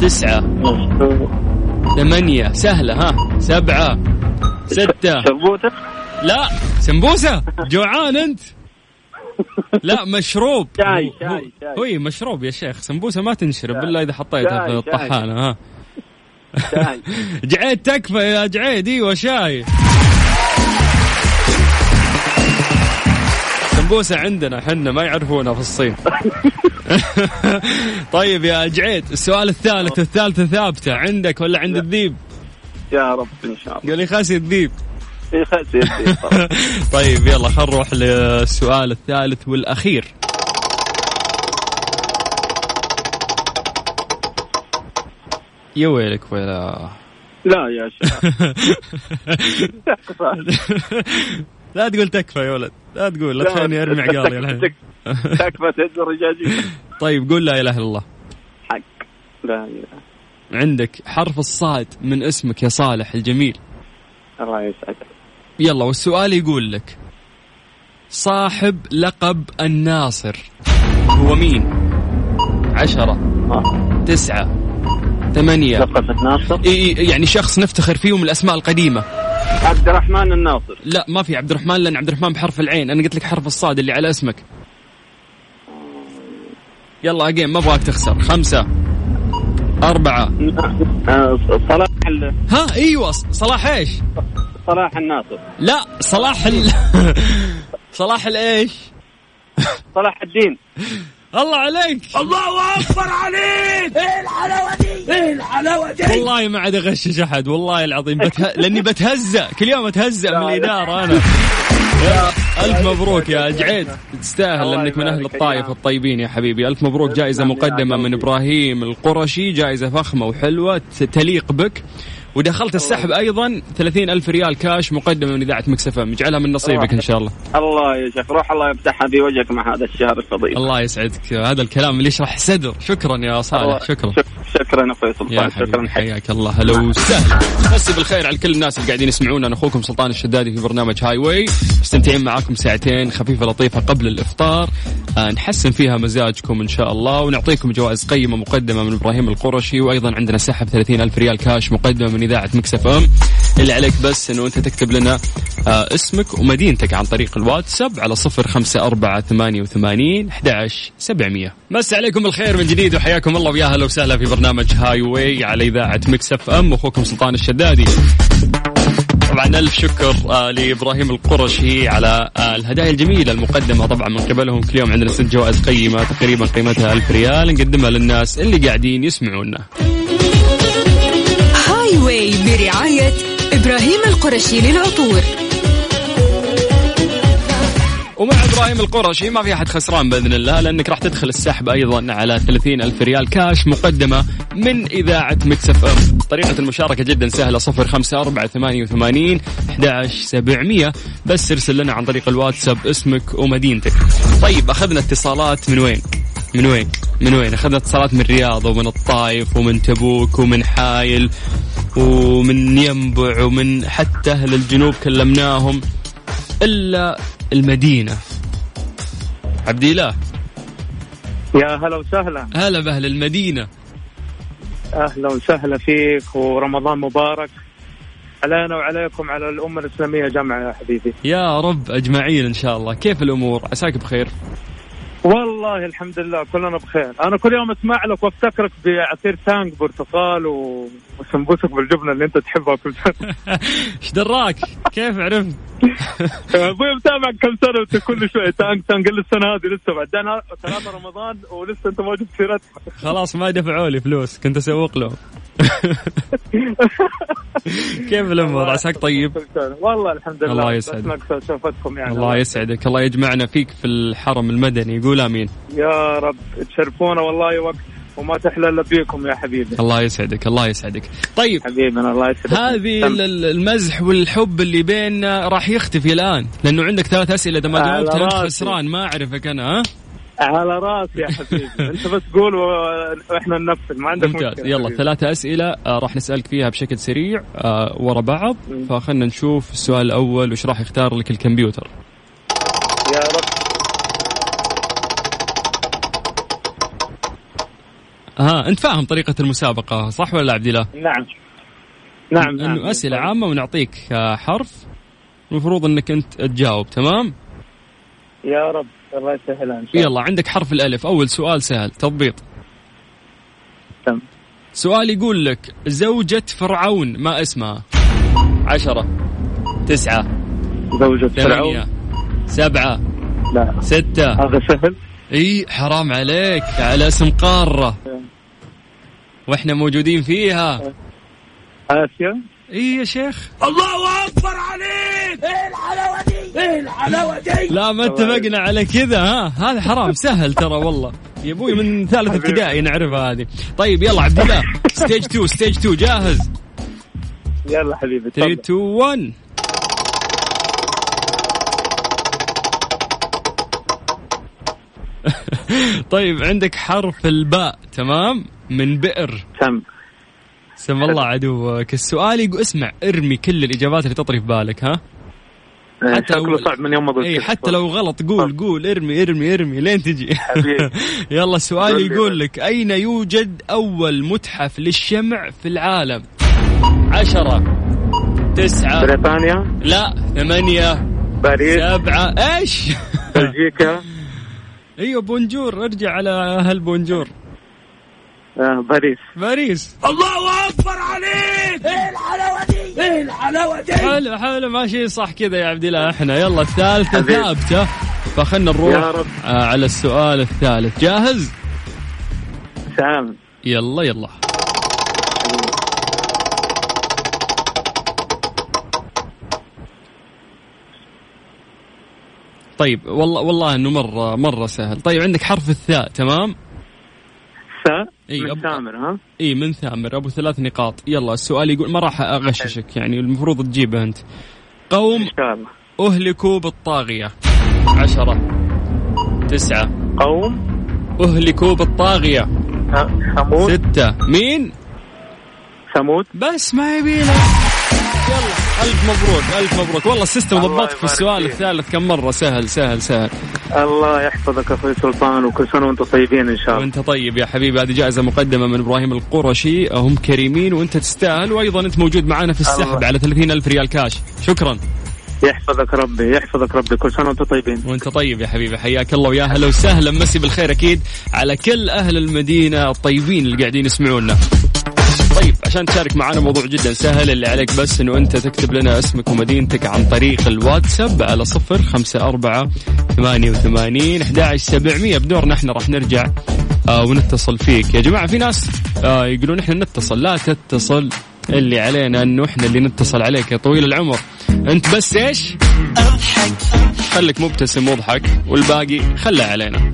تسعة نعم. ثمانية سهلة ها سبعة ستة شربوتك لا سمبوسة جوعان أنت لا مشروب شاي، شاي، شاي. هوي إيه، مشروب يا شيخ سمبوسة ما تنشرب شاي. إلا إذا حطيتها شاي، في شاي. الطحانة طيب، ها شاي جعيد تكفى يا جعيد ايوه شاي سمبوسة عندنا حنا ما يعرفونها في الصين طيب يا جعيد السؤال آه. الثالث الثالثة ثابتة عندك ولا عند الذيب يا رب ان شاء الله قال لي خاسي الذيب في خس يدي طبعاً. طيب يلا خل نروح للسؤال الثالث والأخير يا ويلك ويلا لا يا شيخ لا تقول تكفى يا ولد لا تقول لا تخليني ارمي عقالي الحين. تكفى تهز الرجاجيل طيب قول لا اله الا الله حق لا إله. عندك حرف الصاد من اسمك يا صالح الجميل الله يسعدك يلا والسؤال يقول لك صاحب لقب الناصر هو مين عشرة آه. تسعة ثمانية لقب الناصر إي- إي- يعني شخص نفتخر فيه من الاسماء القديمه عبد الرحمن الناصر لا ما في عبد الرحمن لان عبد الرحمن بحرف العين انا قلت لك حرف الصاد اللي على اسمك يلا اجين ما ابغاك تخسر خمسة أربعة آه، صلاح ال- ها ايوه ص- صلاح ايش؟ صلاح الناصر لا صلاح ال... صلاح الايش؟ صلاح الدين الله عليك الله اكبر عليك ايه الحلاوه دي ايه الحلاوه دي والله ما عاد اغشش احد والله العظيم بته... لاني بتهزأ كل يوم اتهزأ من لا. الاداره انا يا الف مبروك يا جعيد تستاهل الله لانك من اهل يبارك الطايف أيام. الطيبين يا حبيبي الف مبروك جائزه تسلم يا مقدمه من عزيزي. ابراهيم القرشي جائزه فخمه وحلوه ت- تليق بك ودخلت السحب ايضا 30 الف ريال كاش مقدمه من اذاعه مكسفه اجعلها من نصيبك ان شاء الله الله يا شيخ روح الله يفتحها في وجهك مع هذا الشهر الفضيل الله يسعدك هذا الكلام اللي يشرح صدر شكرا يا صالح شكرا شك- شكرا اخوي سلطان يا حبيبي شكرا حق حياك الله هلا وسهلا مسي بالخير على كل الناس اللي قاعدين يسمعونا انا اخوكم سلطان الشدادي في برنامج هاي واي مستمتعين معاكم ساعتين خفيفه لطيفه قبل الافطار آه نحسن فيها مزاجكم ان شاء الله ونعطيكم جوائز قيمه مقدمه من ابراهيم القرشي وايضا عندنا سحب 30 الف ريال كاش مقدمه من اذاعه مكسف ام اللي عليك بس انه انت تكتب لنا آه اسمك ومدينتك عن طريق الواتساب على 05488 11700 مس عليكم بالخير من جديد وحياكم الله ويا هلا وسهلا في برنامج هاي واي على اذاعه مكس اف ام اخوكم سلطان الشدادي طبعا الف شكر آه، لابراهيم القرشي على آه، الهدايا الجميله المقدمه طبعا من قبلهم كل يوم عندنا ست جوائز قيمه تقريبا قيمتها 1000 ريال نقدمها للناس اللي قاعدين يسمعونا هاي واي برعاية إبراهيم القرشي للعطور ومع ابراهيم القرشي ما في احد خسران باذن الله لانك راح تدخل السحب ايضا على 30 الف ريال كاش مقدمه من اذاعه مكس اف ام طريقه المشاركه جدا سهله 05488 11700 بس ارسل لنا عن طريق الواتساب اسمك ومدينتك طيب اخذنا اتصالات من وين من وين من وين اخذنا اتصالات من الرياض ومن الطايف ومن تبوك ومن حايل ومن ينبع ومن حتى اهل الجنوب كلمناهم الا المدينه عبد الله يا هلا وسهلا هلا باهل المدينه اهلا وسهلا فيك ورمضان مبارك علينا وعليكم على الامه الاسلاميه جمعا يا حبيبي يا رب اجمعين ان شاء الله كيف الامور عساك بخير والله الحمد لله كلنا بخير انا كل يوم اسمع لك وافتكرك بعصير تانج برتقال و- وسمبوسك بالجبنه اللي انت تحبها كل سنه ايش دراك كيف عرفت ابوي متابعك كم سنه انت كل شويه تانج تانج إلا السنه هذه لسه بعدين ثلاثه رمضان ولسه انت ما جبت سيرتها خلاص ما دفعوا لي فلوس كنت اسوق لهم كيف الامور عساك طيب والله الحمد لله الله بس يسعدك. ناقصة شوفتكم يعني الله يسعدك الله يجمعنا فيك في الحرم المدني يقول امين يا رب تشرفونا والله وقت وما تحلى الا بيكم يا حبيبي الله يسعدك الله يسعدك طيب حبيبنا الله يسعدك هذه ال- ال- المزح والحب اللي بيننا راح يختفي الان لانه عندك ثلاث اسئله اذا ما على جاوبت انت راسي. خسران ما اعرفك انا ها على راسي يا حبيبي انت بس قول و- واحنا ننفذ ما عندك ممتاز مشكله يلا حبيبي. ثلاث اسئله آه، راح نسالك فيها بشكل سريع آه، ورا بعض فخلنا نشوف السؤال الاول وش راح يختار لك الكمبيوتر يا رب ها انت فاهم طريقه المسابقه صح ولا لا عبد الله؟ نعم نعم نعم انه اسئله عامه ونعطيك آه، حرف المفروض انك انت تجاوب تمام؟ يا رب الله يسهلها ان شاء الله يلا عندك حرف الالف اول سؤال سهل تضبيط تم. سؤال يقول لك زوجة فرعون ما اسمها عشرة تسعة زوجة ثمانية فرعون سبعة لا ستة هذا سهل اي حرام عليك على اسم قارة إيه. واحنا موجودين فيها اسيا اي يا شيخ الله اكبر عليك ايه الحلاوه دي ايه الحلاوه دي لا ما اتفقنا على كذا ها هذا حرام سهل ترى والله يا ابوي من ثالث ابتدائي نعرفها هذه طيب يلا عبد الله ستيج 2 ستيج 2 جاهز يلا حبيبي 3 تفضل. 2 1 طيب عندك حرف الباء تمام من بئر تم سم الله عدوك السؤال يقول اسمع ارمي كل الاجابات اللي تطري في بالك ها حتى لو- إيه، شكله صعب من يوم ما قلت اي حتى لو غلط قول قول ارمي ارمي ارمي لين تجي حبيبي. يلا قول السؤال لي يقول بس. لك اين يوجد اول متحف للشمع في العالم عشرة تسعة بريطانيا لا ثمانية باريس سبعة ايش بلجيكا ايوه بونجور ارجع على اهل بونجور آه، باريس باريس الله اكبر عليك ايه الحلاوه دي ايه الحلاوه دي حلو حلو ماشي صح كذا يا عبد الله احنا يلا الثالثة حبيبي. ثابتة فخلنا يا نروح رب. آه، على السؤال الثالث جاهز سام يلا يلا طيب والله والله انه مره مره سهل طيب عندك حرف الثاء تمام سا إي، من أبقى. سامر ها اي من ثامر ابو ثلاث نقاط يلا السؤال يقول ما راح اغششك يعني المفروض تجيبه انت قوم ان شاء الله اهلكوا بالطاغيه عشرة تسعة قوم اهلكوا بالطاغيه ها، ثمود ستة مين ثمود بس ما يبي لك يلا الف مبروك الف مبروك والله السيستم الله ضبطك في يبارك السؤال فيك. الثالث كم مره سهل سهل سهل الله يحفظك اخوي سلطان وكل سنه وانتم طيبين ان شاء الله وانت طيب يا حبيبي هذه جائزه مقدمه من ابراهيم القرشي هم كريمين وانت تستاهل وايضا انت موجود معنا في السحب الله. على 30 الف ريال كاش شكرا يحفظك ربي يحفظك ربي كل سنه وانتم طيبين وانت طيب يا حبيبي حياك الله ويا هلا وسهلا مسي بالخير اكيد على كل اهل المدينه الطيبين اللي قاعدين يسمعونا طيب عشان تشارك معنا موضوع جدا سهل اللي عليك بس انه انت تكتب لنا اسمك ومدينتك عن طريق الواتساب على صفر خمسة أربعة ثمانية وثمانين أحد سبعمية بدورنا احنا راح نرجع آه ونتصل فيك يا جماعة في ناس آه يقولون احنا نتصل لا تتصل اللي علينا انه احنا اللي نتصل عليك يا طويل العمر انت بس ايش؟ خليك مبتسم واضحك والباقي خله علينا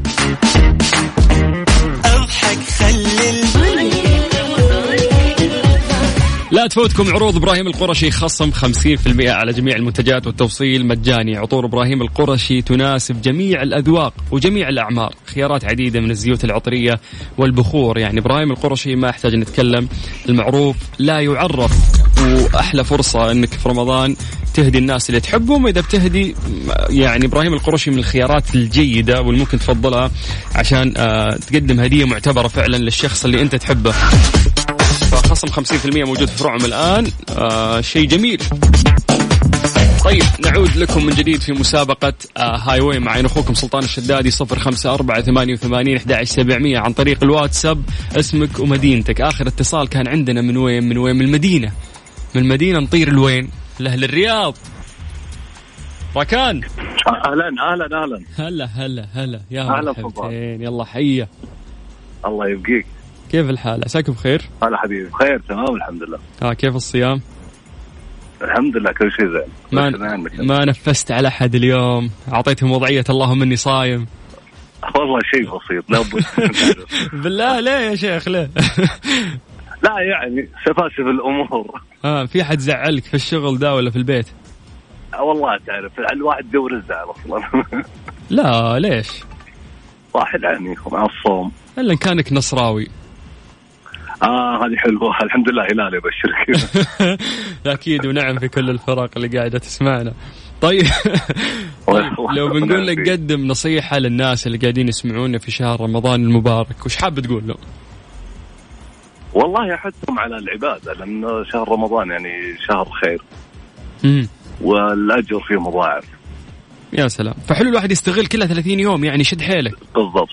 لا تفوتكم عروض ابراهيم القرشي خصم 50% على جميع المنتجات والتوصيل مجاني عطور ابراهيم القرشي تناسب جميع الاذواق وجميع الاعمار خيارات عديده من الزيوت العطريه والبخور يعني ابراهيم القرشي ما يحتاج نتكلم المعروف لا يعرف واحلى فرصه انك في رمضان تهدي الناس اللي تحبهم اذا بتهدي يعني ابراهيم القرشي من الخيارات الجيده والممكن تفضلها عشان آه، تقدم هديه معتبره فعلا للشخص اللي انت تحبه فخصم 50% موجود في فروعهم الان آه شيء جميل طيب نعود لكم من جديد في مسابقة آه هاي واي مع أنا أخوكم سلطان الشدادي صفر خمسة أربعة ثمانية وثمانين سبعمية عن طريق الواتساب اسمك ومدينتك آخر اتصال كان عندنا من وين من وين من المدينة من المدينة نطير لوين لأهل الرياض ركان اهلا اهلا اهلا هلا هلا هلا يا هلا مرحبتين يلا حيا الله يبقيك كيف الحال عساكم بخير هلا حبيبي بخير تمام الحمد لله ها كيف الصيام الحمد لله كل شيء زين ما بس نعمك. ما نفست على احد اليوم اعطيتهم وضعيه اللهم اني صايم والله شيء بسيط لابد بالله ليه يا شيخ ليه لا يعني سفاسف الامور آه في حد زعلك في الشغل ده ولا في البيت والله تعرف الواحد دور الزعل اصلا لا ليش واحد يعني مع الصوم الا ان كانك نصراوي اه هذه حلوه الحمد لله هلال يبشرك اكيد ونعم في كل الفرق اللي قاعده تسمعنا طيب طيب، لو بنقول لك قدم نصيحه للناس اللي قاعدين يسمعونا في شهر رمضان المبارك وش حاب تقول له والله احثهم على العباده لان شهر رمضان يعني شهر خير مم. والاجر فيه مضاعف يا سلام فحلو الواحد يستغل كلها 30 يوم يعني شد حيلك بالضبط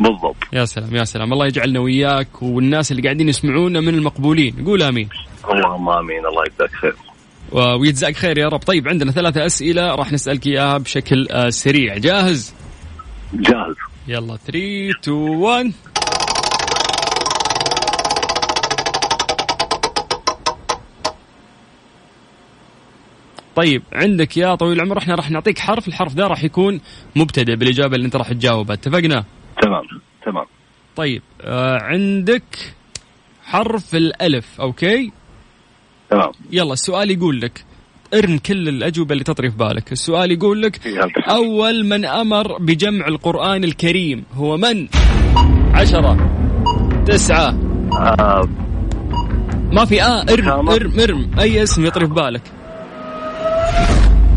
بالضبط يا سلام يا سلام الله يجعلنا وياك والناس اللي قاعدين يسمعونا من المقبولين قول امين اللهم امين الله يجزاك خير و- ويجزاك خير يا رب طيب عندنا ثلاثة أسئلة راح نسألك إياها بشكل آه، سريع جاهز جاهز يلا 3 2 1 طيب عندك يا طويل العمر احنا راح نعطيك حرف الحرف ده راح يكون مبتدأ بالإجابة اللي انت راح تجاوبها اتفقنا تمام تمام طيب آه عندك حرف الألف أوكي تمام يلا السؤال يقول لك ارم كل الأجوبة اللي تطري في بالك السؤال يقول لك أول من أمر بجمع القرآن الكريم هو من عشرة تسعة آه ما في آه ارم خامس. ارم ارم أي اسم يطري في بالك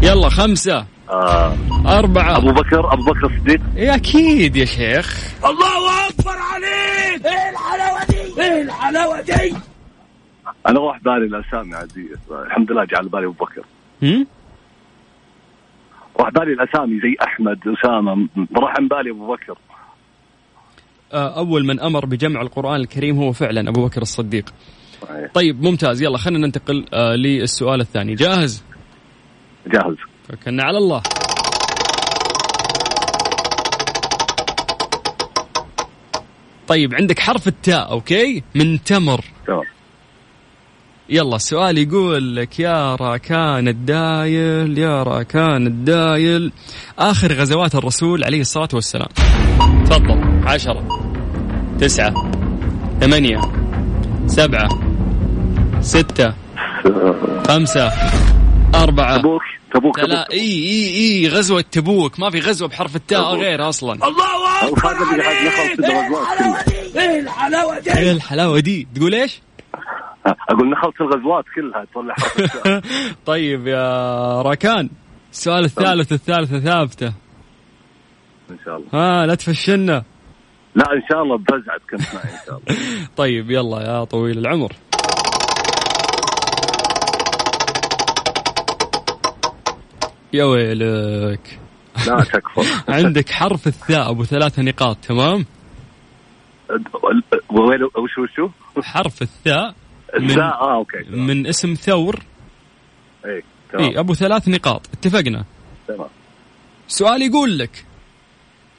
يلا خمسة آه ابو أربعة بكر ابو بكر الصديق يا أكيد يا شيخ الله اكبر عليك ايه الحلاوه دي ايه الحلاوه دي انا راح بالي الاسامي عزيز الحمد لله جعل بالي ابو بكر هم؟ راح بالي الاسامي زي احمد اسامه م- راح عن بالي ابو بكر آه، أول من أمر بجمع القرآن الكريم هو فعلا أبو بكر الصديق صحيح. طيب ممتاز يلا خلينا ننتقل آه، للسؤال الثاني جاهز جاهز توكلنا على الله طيب عندك حرف التاء اوكي من تمر تمام يلا السؤال يقول لك يا راكان الدايل يا راكان الدايل اخر غزوات الرسول عليه الصلاه والسلام تفضل عشرة تسعة ثمانية سبعة ستة خمسة أربعة تبوك تبوك لا تبوك اي اي اي غزوة تبوك ما في غزوة بحرف التاء تبوك. غير اصلا الله أو اكبر خالد بن عبد الله عليك خالد بن ايه غزوات الحلاوه دي ايه الحلاوه يعني. ايه دي الحلاوة دي تقول ايش اقول نخلت الغزوات كلها تطلع حرف التاء. طيب يا راكان السؤال الثالث الثالثة ثابتة ان شاء الله ها لا تفشلنا لا ان شاء الله بزعت كنت معي ان شاء الله طيب يلا يا طويل العمر يا ويلك لا تكفى عندك حرف الثاء ابو ثلاثة نقاط تمام وين وش وش وش؟ حرف الثاء من- لا اه اوكي تمام. من اسم ثور إيه، اي تمام ابو ثلاث نقاط اتفقنا تمام سؤال يقول لك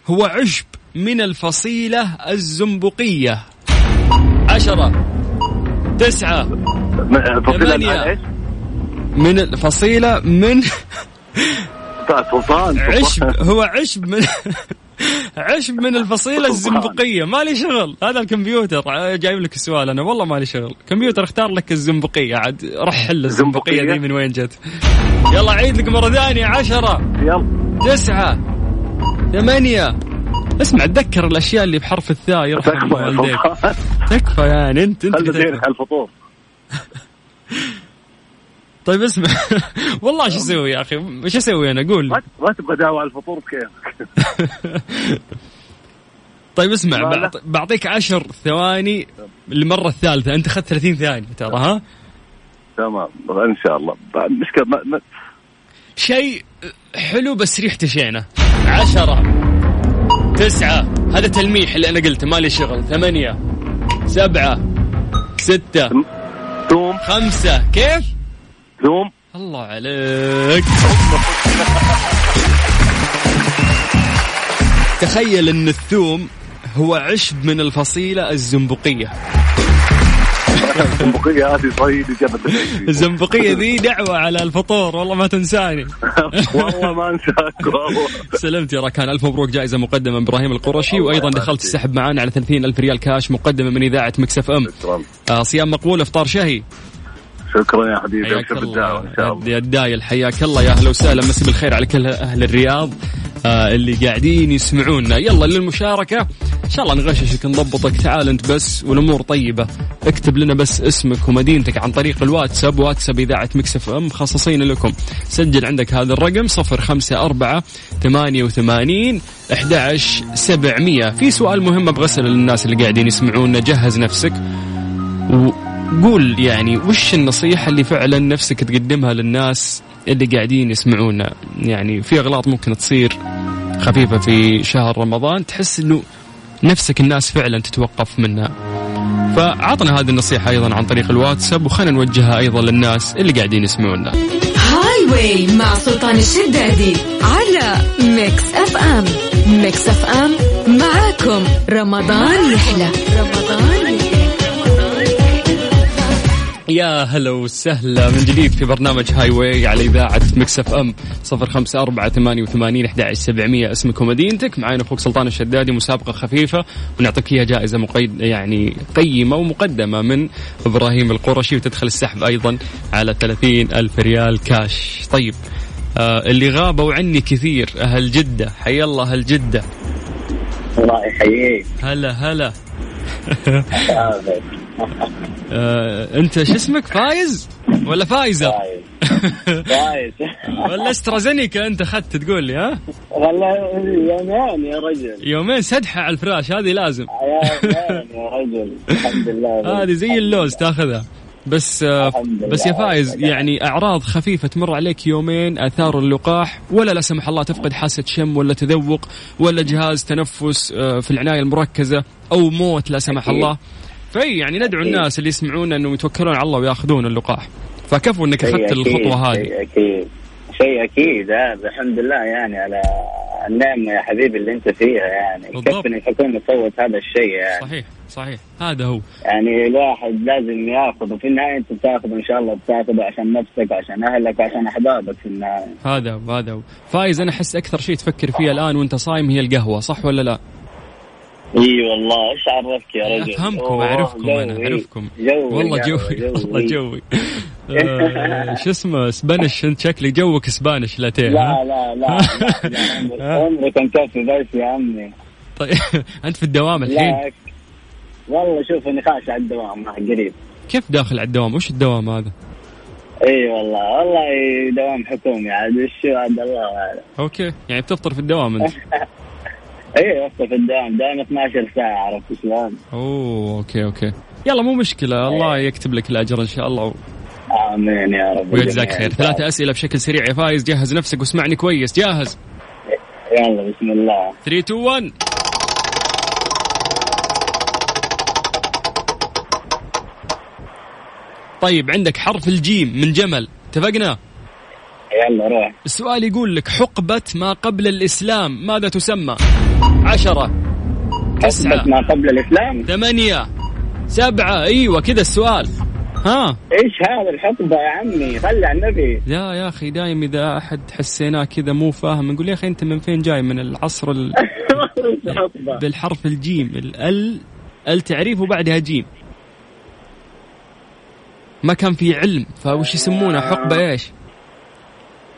هو عشب من الفصيلة الزنبقية عشرة تسعة م- فصيلة ثمانية. الآن إيش؟ من الفصيلة من سلطان عشب هو عشب من عشب من الفصيلة الزنبقية ما لي شغل هذا الكمبيوتر جايب لك السؤال أنا والله ما لي شغل كمبيوتر اختار لك الزنبقية عاد رح حل الزنبقية دي من وين جت يلا عيد لك مرة ثانية عشرة يلا تسعة ثمانية اسمع تذكر الأشياء اللي بحرف الثاء يرحم تكفى يا والديك سلطان تكفى يعني أنت أنت خلنا بتكفى. نديرك على الفطور طيب اسمع والله شو اسوي يا اخي ايش اسوي انا قول ما ما تبغى دعوه على الفطور بكيفك طيب اسمع لا، لا. بعط- بعطيك عشر ثواني للمره الثالثه انت اخذت 30 ثانيه ترى ها تمام ان شاء الله المشكله ما- ما- شيء حلو بس ريحته شينه عشرة تسعة هذا تلميح اللي انا قلته مالي شغل ثمانية سبعة ستة ثوم خمسة كيف؟ ثوم الله عليك تخيل ان الثوم هو عشب من الفصيلة الزنبقية البقيه هذه صيد جبل الزنبقية ذي دعوة على الفطور والله ما تنساني والله ما انساك والله سلمت يا راكان ألف مبروك جائزة مقدمة من إبراهيم القرشي وأيضا دخلت السحب معانا على 30 ألف ريال كاش مقدمة من إذاعة مكسف أم شكراً. آه، صيام مقبول إفطار شهي شكرا يا حبيبي ابشر بالدعوه ان شاء الله يا الدايل حياك الله يا اهلا وسهلا مسي بالخير على كل اهل الرياض آه اللي قاعدين يسمعونا يلا للمشاركه ان شاء الله نغششك نضبطك تعال انت بس والامور طيبه اكتب لنا بس اسمك ومدينتك عن طريق الواتساب واتساب اذاعه مكسف ام مخصصين لكم سجل عندك هذا الرقم 054 88 11700 في سؤال مهم ابغى اساله للناس اللي قاعدين يسمعونا جهز نفسك وقول يعني وش النصيحة اللي فعلا نفسك تقدمها للناس اللي قاعدين يسمعونا يعني في أغلاط ممكن تصير خفيفة في شهر رمضان تحس أنه نفسك الناس فعلا تتوقف منها فعطنا هذه النصيحة أيضا عن طريق الواتساب وخلنا نوجهها أيضا للناس اللي قاعدين يسمعونا هاي واي مع سلطان الشدادي على ميكس اف ام ميكس اف ام معاكم رمضان يحلى رمضان يحلى يا هلا وسهلا من جديد في برنامج هاي واي على اذاعه مكس اف ام 0548811700 اسمك ومدينتك معانا اخوك سلطان الشدادي مسابقه خفيفه ونعطيك فيها جائزه مقيد يعني قيمه ومقدمه من ابراهيم القرشي وتدخل السحب ايضا على 30 الف ريال كاش طيب آه اللي غابوا عني كثير اهل جده حي الله اهل جده الله يحييك هلا هلا آه، آه انت شو اسمك فايز ولا فايزر فايز. كويس ولا استرازينيكا انت اخذت تقول لي ها والله يومين يا رجل يومين سدحه على الفراش هذه لازم يومين يا رجل الحمد لله هذه زي اللوز تاخذها بس آه، أيوة. الحمد لله. بس يا فايز يعني اعراض خفيفه تمر عليك يومين اثار اللقاح ولا لا سمح الله تفقد حاسه شم ولا تذوق ولا جهاز تنفس آه، في العنايه المركزه او موت لا سمح الله فاي يعني ندعو الناس اللي يسمعونا انهم يتوكلون على الله وياخذون اللقاح فكفو انك شيء اخذت أكيد، الخطوه هذه شيء اكيد شيء اكيد هذا الحمد لله يعني على النعمه يا حبيبي اللي انت فيها يعني بالضبط. كيف ان الحكومه سوت هذا الشيء يعني صحيح صحيح هذا هو يعني الواحد لازم ياخذ وفي النهايه انت بتاخذ ان شاء الله بتاخذه عشان نفسك عشان اهلك عشان احبابك في النهايه هذا هو- هذا هو. فايز انا احس اكثر شيء تفكر فيه الان وانت صايم هي القهوه صح ولا لا؟ اي والله ايش عرفك يا رجل افهمكم أوه، اعرفكم انا جوي. اعرفكم جوي والله يا جوي والله جوي جوي. آه، شو اسمه سبانش انت شكلك جوك سبانش لاتيه لا ها؟ لا لا, لا عمرك- عمرك مكفي بس يا عمي طيب انت في الدوام الحين لا والله شوف اني خاش على الدوام آه، قريب كيف داخل على الدوام؟ وش الدوام هذا؟ اي والله والله دوام حكومي عاد وش عاد الله اعلم اوكي يعني بتفطر في الدوام انت اي وقفه في الدوام دوام 12 ساعه عرفت شلون؟ اوه اوكي اوكي يلا مو مشكلة الله يكتب لك الأجر إن شاء الله و- امين يا رب ويجزاك جميعاً. خير ثلاثة أسئلة بشكل سريع يا فايز جهز نفسك واسمعني كويس جاهز يلا بسم الله 3 2 1 طيب عندك حرف الجيم من جمل اتفقنا يلا روح السؤال يقول لك حقبة ما قبل الإسلام ماذا تسمى عشرة تسعة حسبة ما قبل الاسلام ثمانية سبعة أيوة كذا السؤال ها ايش هذا الحقبه يا عمي خلي على النبي يا يا اخي دايم اذا احد حسيناه كذا مو فاهم نقول يا اخي انت من فين جاي من العصر ال... حقبه بالحرف الجيم ال التعريف وبعدها جيم ما كان في علم فوش يسمونه حقبه ايش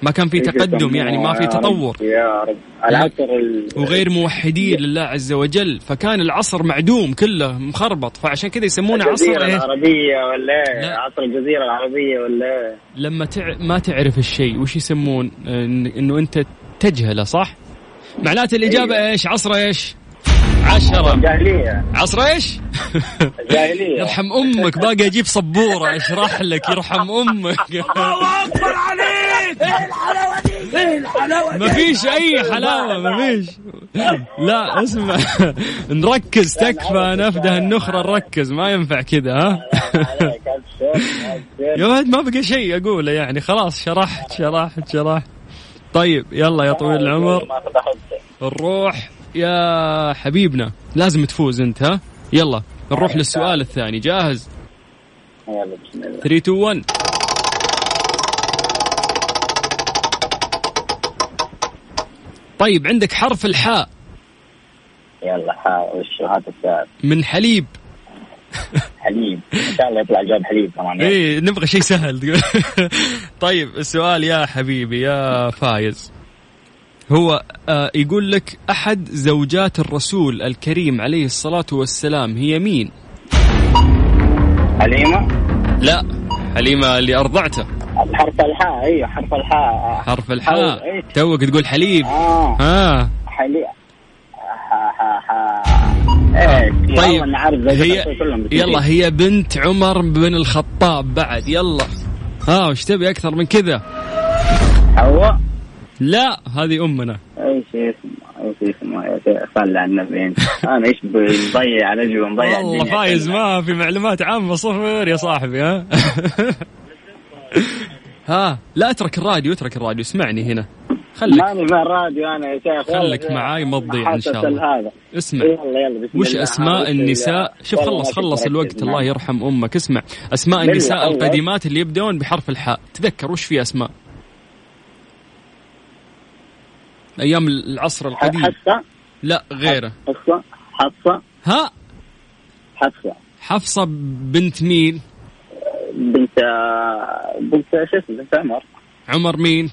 ما كان في تقدم يعني ما في يا رب، تطور يا رب العصر ال- وغير موحدين لله عز وجل فكان العصر معدوم كله مخربط فعشان كذا يسمونه عصر الجزيرة ايش العربية ولا إيه؟ لا. عصر الجزيرة العربية ولا إيه؟ لما تع... ما تعرف الشيء وش يسمون إن- انه انت تجهله صح معناته الاجابه أيوة. ايش عصر ايش عشرة جاهلية عصر ايش جاهلية يرحم امك باقي اجيب سبوره اشرح لك يرحم امك الله اكبر إيه عليك ايه الحلاوه دي ايه الحلاوه ما فيش اي حلاوه ما فيش لا اسمع نركز تكفى نفده النخره نركز ما ينفع كذا ها عليك ألف شكر، ألف شكر. يا ولد ما بقى شيء اقوله يعني خلاص شرحت شرحت شرحت طيب يلا يا طويل العمر ما فتحت نروح يا حبيبنا لازم تفوز انت ها يلا نروح للسؤال الثاني جاهز يلا بسم الله 3 2 1 طيب عندك حرف الحاء يلا حاول شو هات الساعة من حليب حليب ان شاء الله يطلع جاب حليب كمان يعني. ايه نبغى شيء سهل طيب السؤال يا حبيبي يا فايز هو آه، يقول لك احد زوجات الرسول الكريم عليه الصلاه والسلام هي مين؟ حليمة لا حليمه اللي ارضعته حرف الحاء ايوه حرف الحاء حرف حاول، الحاء إيه. توك تقول حليب آه. اه ها حليب ها ها ها ايه طيب انا عارف زي هي الرسول كلهم بس- يلا هي بنت عمر بن الخطاب بعد يلا ها وش تبي اكثر من كذا؟ حواء لا هذه امنا ايش اسمه ايش اسمه يا شيخ صلى على النبي انت انا ايش مضيع نجوى مضيع والله الدنيا. فايز ما في معلومات عامة صفر يا صاحبي ها ها لا اترك الراديو اترك الراديو اسمعني هنا خليك ماني في الراديو انا يا شيخ خلك والله معاي ما تضيع إن حاسس شاء الله. هذا اسمع يلا يلا بسم وش الله. اسماء بسم النساء الله. شوف والله نعم. خلص ما كنت خلص مركز الوقت معك. الله يرحم امك اسمع اسماء بالله النساء الله. القديمات اللي يبدون بحرف الحاء تذكر وش في اسماء ايام العصر القديم حفصة لا غيره حفصة حفصة ها حفصة حفصة بنت مين بنت آه، بنت شو اسمه بنت عمر عمر مين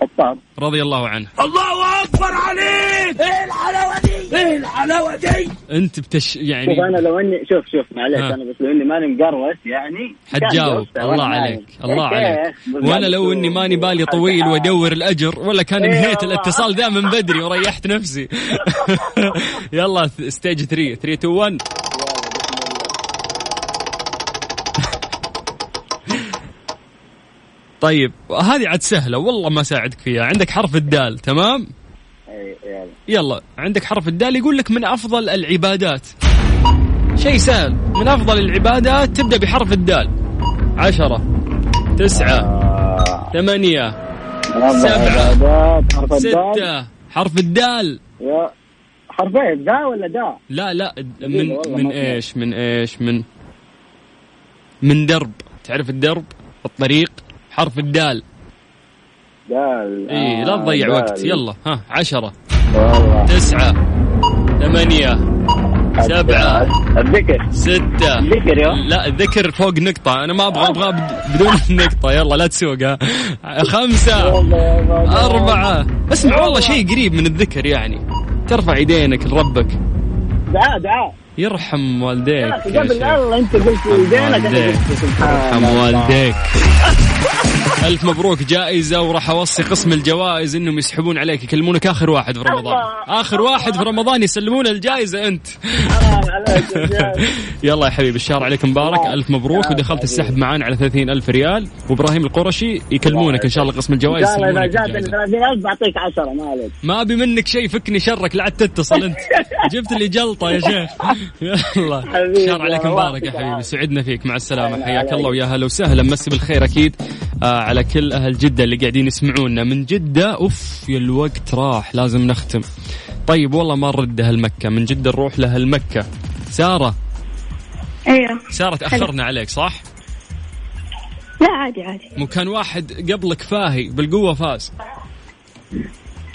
خطاب رضي الله عنه الله اكبر عليك ايه الحلاوه دي ايه الحلاوه دي انت بتش يعني شوف انا لو اني شوف شوف معليش ها. انا بس لو اني ماني مقروس يعني كان حتجاوب جاوبت. الله وأنا عليك نايم. الله يا عليك شيخ، وانا لو يعني بالضبط. اني ماني بالي طويل وادور الاجر ولا كان إيه نهيت والله. الاتصال ذا من بدري وريحت نفسي يلا ث- ستيج 3 3 2 1 طيب هذه عاد سهله والله ما ساعدك فيها عندك حرف الدال تمام إيه، يلا. يلا عندك حرف الدال يقول لك من افضل العبادات شيء سهل من افضل العبادات تبدا بحرف الدال عشرة تسعة آه، ثمانية ربع سبعة. عبادات، حرف الدال. ستة حرف الدال يا- حرفين دا ولا دا؟ لا لا د- إيه من والله من ما في. ايش من ايش من من درب تعرف الدرب الطريق حرف الدال دال اي إيه، لا آه، تضيع دال. وقت يلا ها عشرة والله. تسعة ثمانية سبعة. الذكر ستة الذكر يا لا الذكر فوق نقطة أنا ما أبغى أبغى بد- بدون النقطة يلا لا تسوق ها. خمسة والله يا بابا. أربعة اسمع والله شيء قريب من الذكر يعني ترفع يدينك لربك دعاء دعاء يرحم والديك يا قبل شيخ. الله انت قلت والدينك أنا والديك. قلت سبحان يرحم الله. والديك ألف مبروك جائزة وراح أوصي قسم الجوائز إنهم يسحبون عليك يكلمونك آخر واحد في رمضان آخر واحد في رمضان يسلمون الجائزة أنت حرام عليك يا شيخ. يلا يا حبيبي الشهر عليك مبارك ألف مبروك ودخلت السحب معانا على 30 ألف ريال وإبراهيم القرشي يكلمونك إن شاء الله قسم ان الجوائز شاء الله اذا يسلمونك جاتني الجائزة. 30000 بعطيك 10 ما عليك ما أبي منك شيء فكني شرك لا عاد تتصل أنت جبت لي جلطة يا شيخ يلا حبيبي، الشهر عليك الله مبارك يا يعطيك حبيبي العافية. سعدنا فيك مع السلامة أهلا حياك عليك. الله ويا هلا وسهلا مسي بالخير أكيد آه على كل أهل جدة اللي قاعدين يسمعونا من جدة أوف يا الوقت راح لازم نختم طيب والله ما نرد أهل مكة من جدة نروح لأهل مكة سارة ايوه سارة تأخرنا عليك صح؟ لا عادي عادي مو كان واحد قبلك فاهي بالقوة فاز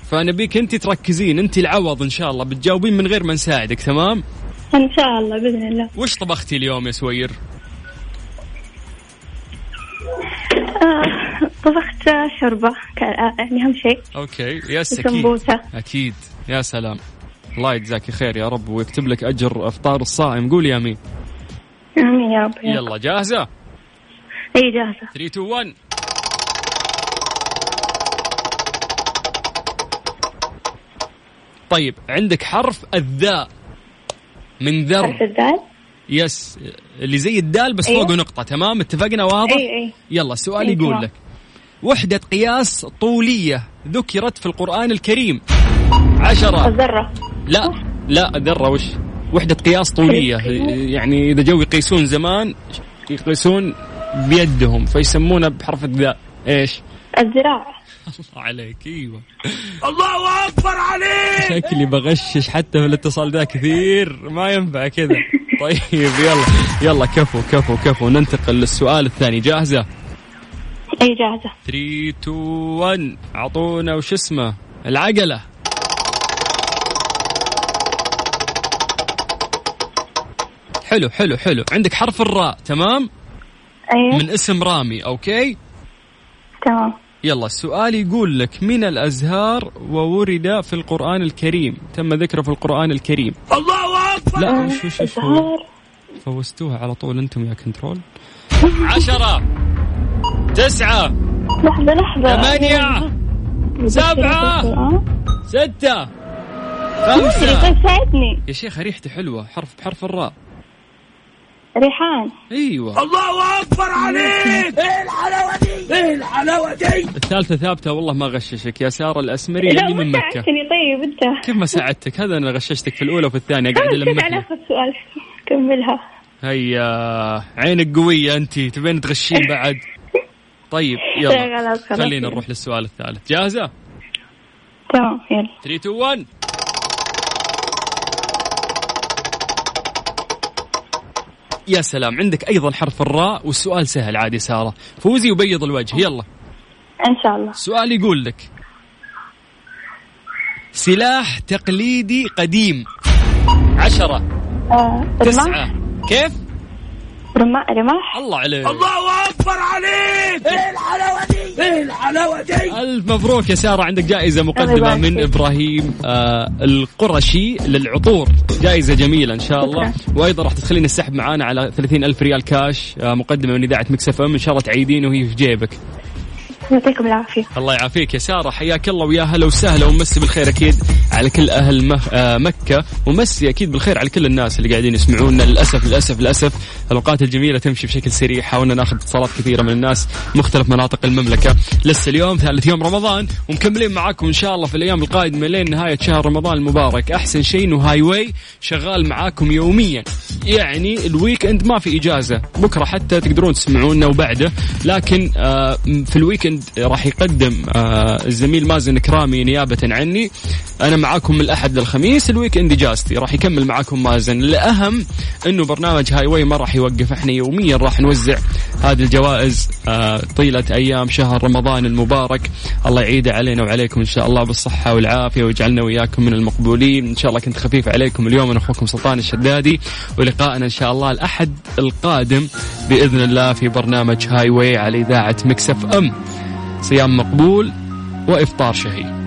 فنبيك انت تركزين انت العوض ان شاء الله بتجاوبين من غير ما نساعدك تمام ان شاء الله باذن الله وش طبختي اليوم يا سوير آه طبخت شوربه كا- آه، يعني اهم شيء اوكي يس اكيد سمبوسه اكيد يا سلام الله يجزاك خير يا رب ويكتب لك اجر افطار الصائم قول يا مين امين يا رب يلا جاهزه اي جاهزه 3 2 1 طيب عندك حرف الذاء من حرف ذر الدال يس اللي زي الدال بس أيوه. فوقه نقطة تمام اتفقنا واضح؟ اي اي يلا السؤال أيوه. يقول لك وحدة قياس طولية ذكرت في القرآن الكريم عشرة الذره لا لا ذرة وش وحدة قياس طولية يعني إذا جو يقيسون زمان يقيسون بيدهم فيسمونه بحرف الذاء إيش الذراع الله عليك ايوه الله اكبر عليك شكلي بغشش حتى في الاتصال ذا كثير ما ينفع كذا طيب يلا يلا كفو كفو كفو ننتقل للسؤال الثاني جاهزه اي جاهزه 3 2 1 اعطونا وش اسمه العقله حلو حلو حلو عندك حرف الراء تمام ايوه من اسم رامي اوكي تمام يلا السؤال يقول لك من الازهار وورد في القران الكريم تم ذكره في القران الكريم الله اكبر لا وش وش وش هو؟ الزهر فوزتوها على طول انتم يا كنترول عشرة تسعة لحظه لحظه ثمانية سبعة. ستة خمسة طيب ساعدني يا شيخة ريحتي حلوة حرف بحرف الراء ريحان ايوه الله اكبر عليك ايه الحلاوه دي ايه الحلاوه دي الثالثة ثابتة والله ما غششك يا سارة الأسمري اللي من ما مكة ساعدتني طيب انت كيف ما ساعدتك هذا أنا غششتك في الأولى وفي الثانية قاعد كنت ألمك على لك. اخر سؤال كملها هيا عينك قوية أنت تبين تغشين بعد طيب لا، يلا خلاص، خلاص. خلينا نروح للسؤال الثالث جاهزة تمام يلا 3 2 1 يا سلام عندك ايضا حرف الراء والسؤال سهل عادي ساره فوزي وبيض الوجه يلا ان شاء الله السؤال يقول لك سلاح تقليدي قديم عشرة آه، رماح تسعة كيف؟ رماح رماح الله عليك الله اكبر عليك ايه الحلاوه دي ايه الحلاوه دي ألف مبروك يا سارة عندك جائزة مقدمة الله يبارك من فيك. إبراهيم آه القرشي للعطور جائزة جميلة إن شاء الله وأيضا راح تدخلين السحب معانا على 30 ألف ريال كاش آه مقدمة من إذاعة مكسف أم إن شاء الله تعيدين وهي في جيبك يعطيكم العافيه الله يعافيك يا ساره حياك الله ويا هلا وسهلا ومسي بالخير اكيد على كل اهل مه... آه مكه ومسي اكيد بالخير على كل الناس اللي قاعدين يسمعونا للاسف للاسف للاسف الاوقات الجميله تمشي بشكل سريع حاولنا ناخذ اتصالات كثيره من الناس مختلف مناطق المملكه لسه اليوم ثالث يوم رمضان ومكملين معاكم ان شاء الله في الايام القادمه لين نهايه شهر رمضان المبارك احسن شيء انه هاي واي شغال معاكم يوميا يعني الويك اند ما في اجازه بكره حتى تقدرون تسمعونا وبعده لكن آه، في الويكند راح يقدم آه، الزميل مازن كرامي نيابه عني انا معاكم من الاحد للخميس الويكند اجازتي راح يكمل معاكم مازن الاهم انه برنامج هاي واي ما راح يوقف احنا يوميا راح نوزع هذه الجوائز آه، طيله ايام شهر رمضان المبارك الله يعيده علينا وعليكم ان شاء الله بالصحه والعافيه ويجعلنا وياكم من المقبولين ان شاء الله كنت خفيف عليكم اليوم انا اخوكم سلطان الشدادي ولقائنا ان شاء الله الاحد القادم باذن الله في برنامج هاي واي على اذاعه مكسف ام صيام مقبول وافطار شهي